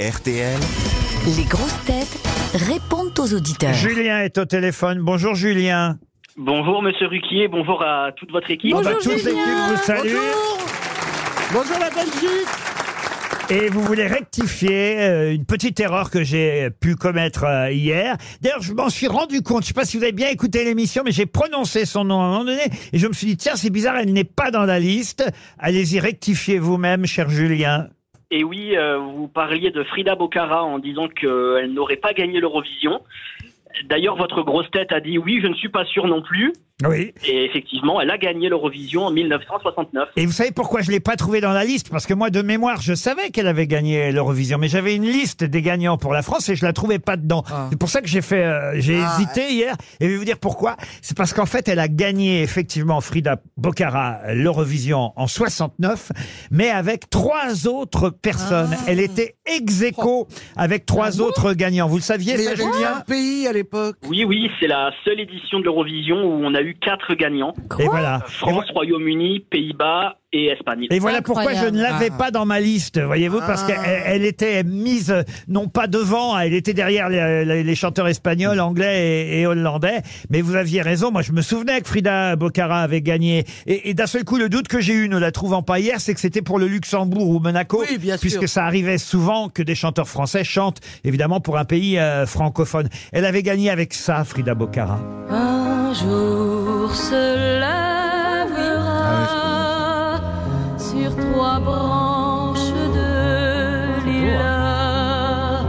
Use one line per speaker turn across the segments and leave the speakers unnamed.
RTL.
Les grosses têtes répondent aux auditeurs.
Julien est au téléphone. Bonjour Julien.
Bonjour Monsieur Ruquier, bonjour à toute votre équipe.
Ah bah, toute l'équipe vous salue.
Bonjour la Belgique
Et vous voulez rectifier euh, une petite erreur que j'ai pu commettre euh, hier. D'ailleurs, je m'en suis rendu compte. Je sais pas si vous avez bien écouté l'émission, mais j'ai prononcé son nom à un moment donné. Et je me suis dit, tiens, c'est bizarre, elle n'est pas dans la liste. Allez-y, rectifiez vous-même, cher Julien.
Et oui, euh, vous parliez de Frida Bocara en disant qu'elle n'aurait pas gagné l'Eurovision. D'ailleurs, votre grosse tête a dit oui, je ne suis pas sûr non plus.
Oui.
Et effectivement, elle a gagné l'Eurovision en 1969.
Et vous savez pourquoi je l'ai pas trouvée dans la liste Parce que moi, de mémoire, je savais qu'elle avait gagné l'Eurovision, mais j'avais une liste des gagnants pour la France et je la trouvais pas dedans. C'est pour ça que j'ai fait, euh, j'ai
Ah,
hésité hier. Et je vais vous dire pourquoi. C'est parce qu'en fait, elle a gagné effectivement Frida Bocara euh, l'Eurovision en 69, mais avec trois autres personnes.
Ah.
Elle était ex aequo avec trois autres gagnants. Vous le saviez,
Mais il y
ça,
avait
Julien
un pays à l'époque.
Oui, oui, c'est la seule édition de l'Eurovision où on a eu quatre gagnants.
Et voilà. Et vo-
France, Royaume-Uni, Pays-Bas et Espagne.
Et voilà pourquoi je ne l'avais
Ah.
pas dans ma liste, voyez-vous, parce
Ah.
qu'elle elle était mise euh, non pas devant, elle était derrière les, les- les chanteurs espagnols, anglais et, et hollandais. Mais vous aviez raison, moi je me souvenais que Frida Bocara avait gagné. Et, et d'un seul coup, le doute que j'ai eu ne la trouvant pas hier, c'est que c'était pour le Luxembourg ou Monaco,
Oui, bien sûr.
puisque ça arrivait souvent que des chanteurs français chantent, évidemment, pour un pays euh, francophone. Elle avait gagné avec ça, Frida Bocara.
Un jour se lèvera sur trois branches de lilas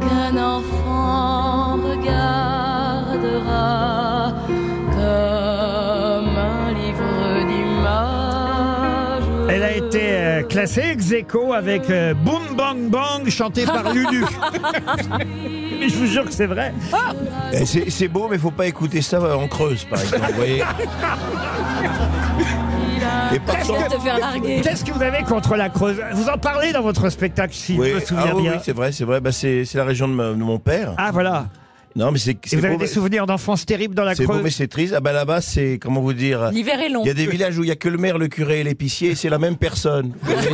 qu'un enfant regardera comme un livre d'images.
Elle a été euh, classée ex aequo avec euh, Boom Bang Bang chanté par Lulu. Mais je vous jure que c'est vrai.
Eh, C'est c'est beau, mais faut pas écouter ça euh, en creuse, par exemple. vous voyez. Et par
Qu'est-ce que,
te faire larguer.
qu'est-ce que vous avez contre la Creuse Vous en parlez dans votre spectacle, si
Oui,
je me souviens
ah oui,
bien.
oui, c'est vrai, c'est vrai. Bah, c'est c'est la région de, ma- de mon père.
ah voilà.
Non, mais c'est
Et
c'est
vous avez
beau,
des
mais-
souvenirs d'enfance terribles dans la
c'est beau, mais
Creuse
c'est triste. Ah bah là-bas, c'est comment vous dire
L'hiver est long.
Il y a des villages où il y a que le maire, le curé et l'épicier, et c'est la même personne. Vous voyez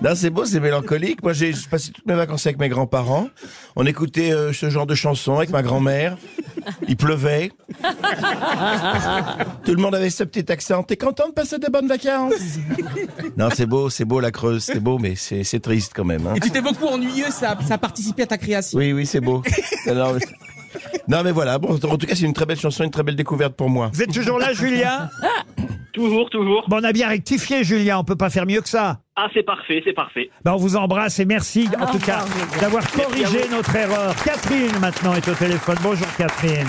Là, c'est beau, c'est mélancolique. Moi, j'ai j'ai passé toutes mes vacances avec mes grands-parents. On écoutait euh, ce genre de chansons avec ma grand-mère. Il pleuvait. Tout le monde avait ce petit accent. T'es content de passer de bonnes vacances Non, c'est beau, c'est beau la Creuse, c'est beau, mais c'est c'est triste quand même. hein.
Et tu t'es beaucoup ennuyeux, ça, ça a participé à ta création.
Oui, oui, c'est beau. Non, mais- non, mais voilà. Bon, en tout cas, c'est une très belle chanson, une très belle découverte pour moi.
Vous êtes toujours là, Julien
Toujours, toujours.
Bon, on a bien rectifié, Julien. On peut pas faire mieux que ça.
Ah, c'est parfait, c'est parfait.
Ben, on vous embrasse et merci en tout cas d'avoir
à
corrigé notre erreur. Catherine maintenant est au téléphone. Bonjour Catherine.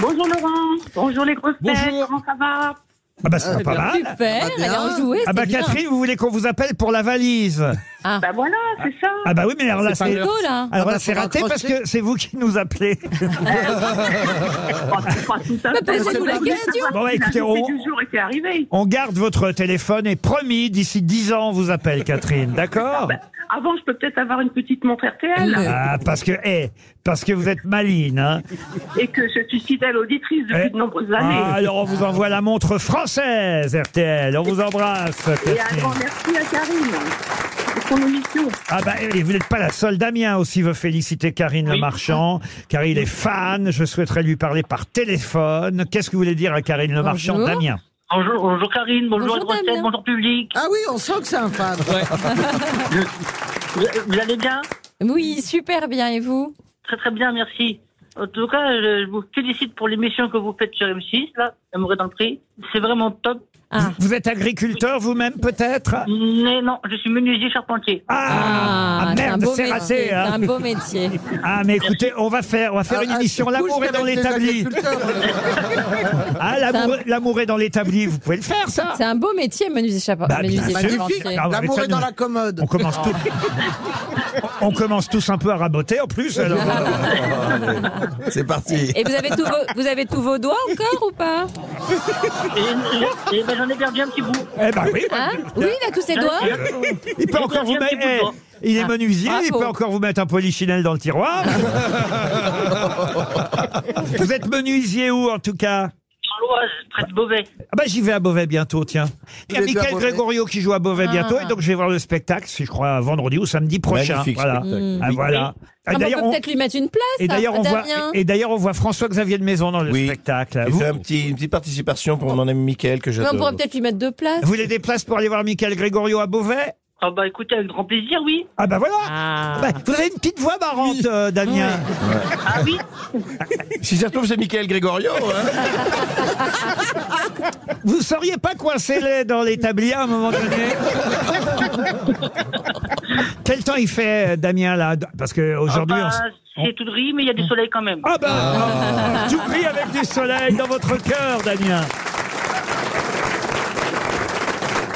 Bonjour Laurent, bonjour les grosses têtes,
Bonjour.
comment ça va
Ah bah c'est pas mal.
Super, elle a enjoué.
Ah bah
c'était bien.
Catherine, vous voulez qu'on vous appelle pour la valise
Bah voilà, c'est ça.
Ah bah oui, mais alors là
C'est pas
c'est
l'heure.
Go, là.
alors
Ah bah,
là, c'est
faudra
raté parce
accrocher.
que c'est vous qui nous appelez.
Enfin, c'est pas tout à fait.
Bah, posez-vous la question.
bah, Bon,
hein,
bah, écoutez, on-
C'est du jour et c'est arrivé.
On garde votre téléphone et promis, d'ici 10 ans, on vous appelle Catherine, d'accord
Avant, je peux peut-être avoir une petite montre
Euh.
RTL
ah, parce que, eh, parce que vous êtes maline, hein.
et que je suis fidèle auditrice depuis
Eh.
de nombreuses
Ah,
années.
alors on vous envoie la montre française, RTL. On vous embrasse,
et un
Catherine.
grand merci à Karine pour son émission.
Ah bah, et vous n'êtes pas la seule. Damien aussi veut féliciter Karine Le Marchand, car il est fan. Je souhaiterais lui parler par téléphone. Qu'est-ce que vous voulez dire à Karine Le Marchand,
Bonjour.
Damien
Bonjour, bonjour Karine, bonjour,
Bonjour,
les grosses têtes,
Damien.
bonjour public.
Ah oui, on sent que c'est un fan.
Vous, vous allez bien
Oui, super bien. Et vous
Très très bien, merci. En tout cas, je je vous félicite pour l'émission que vous faites sur M6, là, Amoureux dans le prix. C'est vraiment top.
Ah.
Vous êtes agriculteur vous-même, peut-être
Mais non, je suis menuisier charpentier.
ah, ah,
c'est un
merde,
beau
c'est
métier.
raté.
c'est
hein.
un beau métier.
Ah mais écoutez, on va faire, on va faire une
Ah,
émission.
tu
L'amour
couches
est dans
avec les
l'établi.
agriculteurs.
Ah l'amour, l'amour est dans l'établi. Vous pouvez le faire ça.
C'est un beau métier, menuisier chapeau.
Bah,
menuisier
bien sûr.
Magnifique.
charpentier.
Ah, mais
L'amour
ça,
est dans
nous-
la commode.
On commence tous. On commence tous un peu à raboter en plus. alors.
C'est parti.
Et vous avez, tous vos, vous avez tous vos doigts encore ou pas
Et, et- et ben, j'en ai perdu un petit bout.
Eh ben oui.
hein Oui, il a tous ses
Ah,
doigts.
Il peut encore vous
Merci,
mettre.
petit bout de
eh, il est menuisier. Il
Bravo.
peut encore vous mettre un polichinelle dans le tiroir. vous êtes menuisier où en tout cas
Gauloise, près de Beauvais.
Ah bah j'y vais à Beauvais bientôt, tiens. Il y a
Vous êtes à
Michael
Beauvais
Gregorio qui joue à
Ah.
Beauvais bientôt, et donc je vais voir le spectacle, si je crois, vendredi ou samedi prochain.
Magnifique
Voilà.
spectacle.
Ah, voilà. Ah,
Ah, mais on
d'ailleurs,
peut
on-
peut-être lui mettre une place. hein,
et d'ailleurs, on voit,
Damien.
et d'ailleurs, on voit François-Xavier de Maison dans le
Oui.
spectacle.
Il
Vous,
fait un petit, une petite participation pour mon ami Mickaël que
Mais
j'adore.
on pourrait peut-être lui mettre deux places.
vous voulez des places pour aller voir Michael Gregorio à Beauvais
Ah bah écoutez, avec grand plaisir, oui.
Ah bah voilà.
Ah.
Bah, vous avez une petite voix marrante, euh, Damien.
Ah oui
Si ça se trouve, c'est Mickaël Gregorio. hein.
Vous seriez pas coincé les- dans l'établi à un moment donné Quel temps il fait, euh, Damien, là Parce qu'aujourd'hui...
Ah bah, C'est tout gris, mais il y a du soleil quand même.
Ah bah Tout brille avec du soleil dans votre cœur, Damien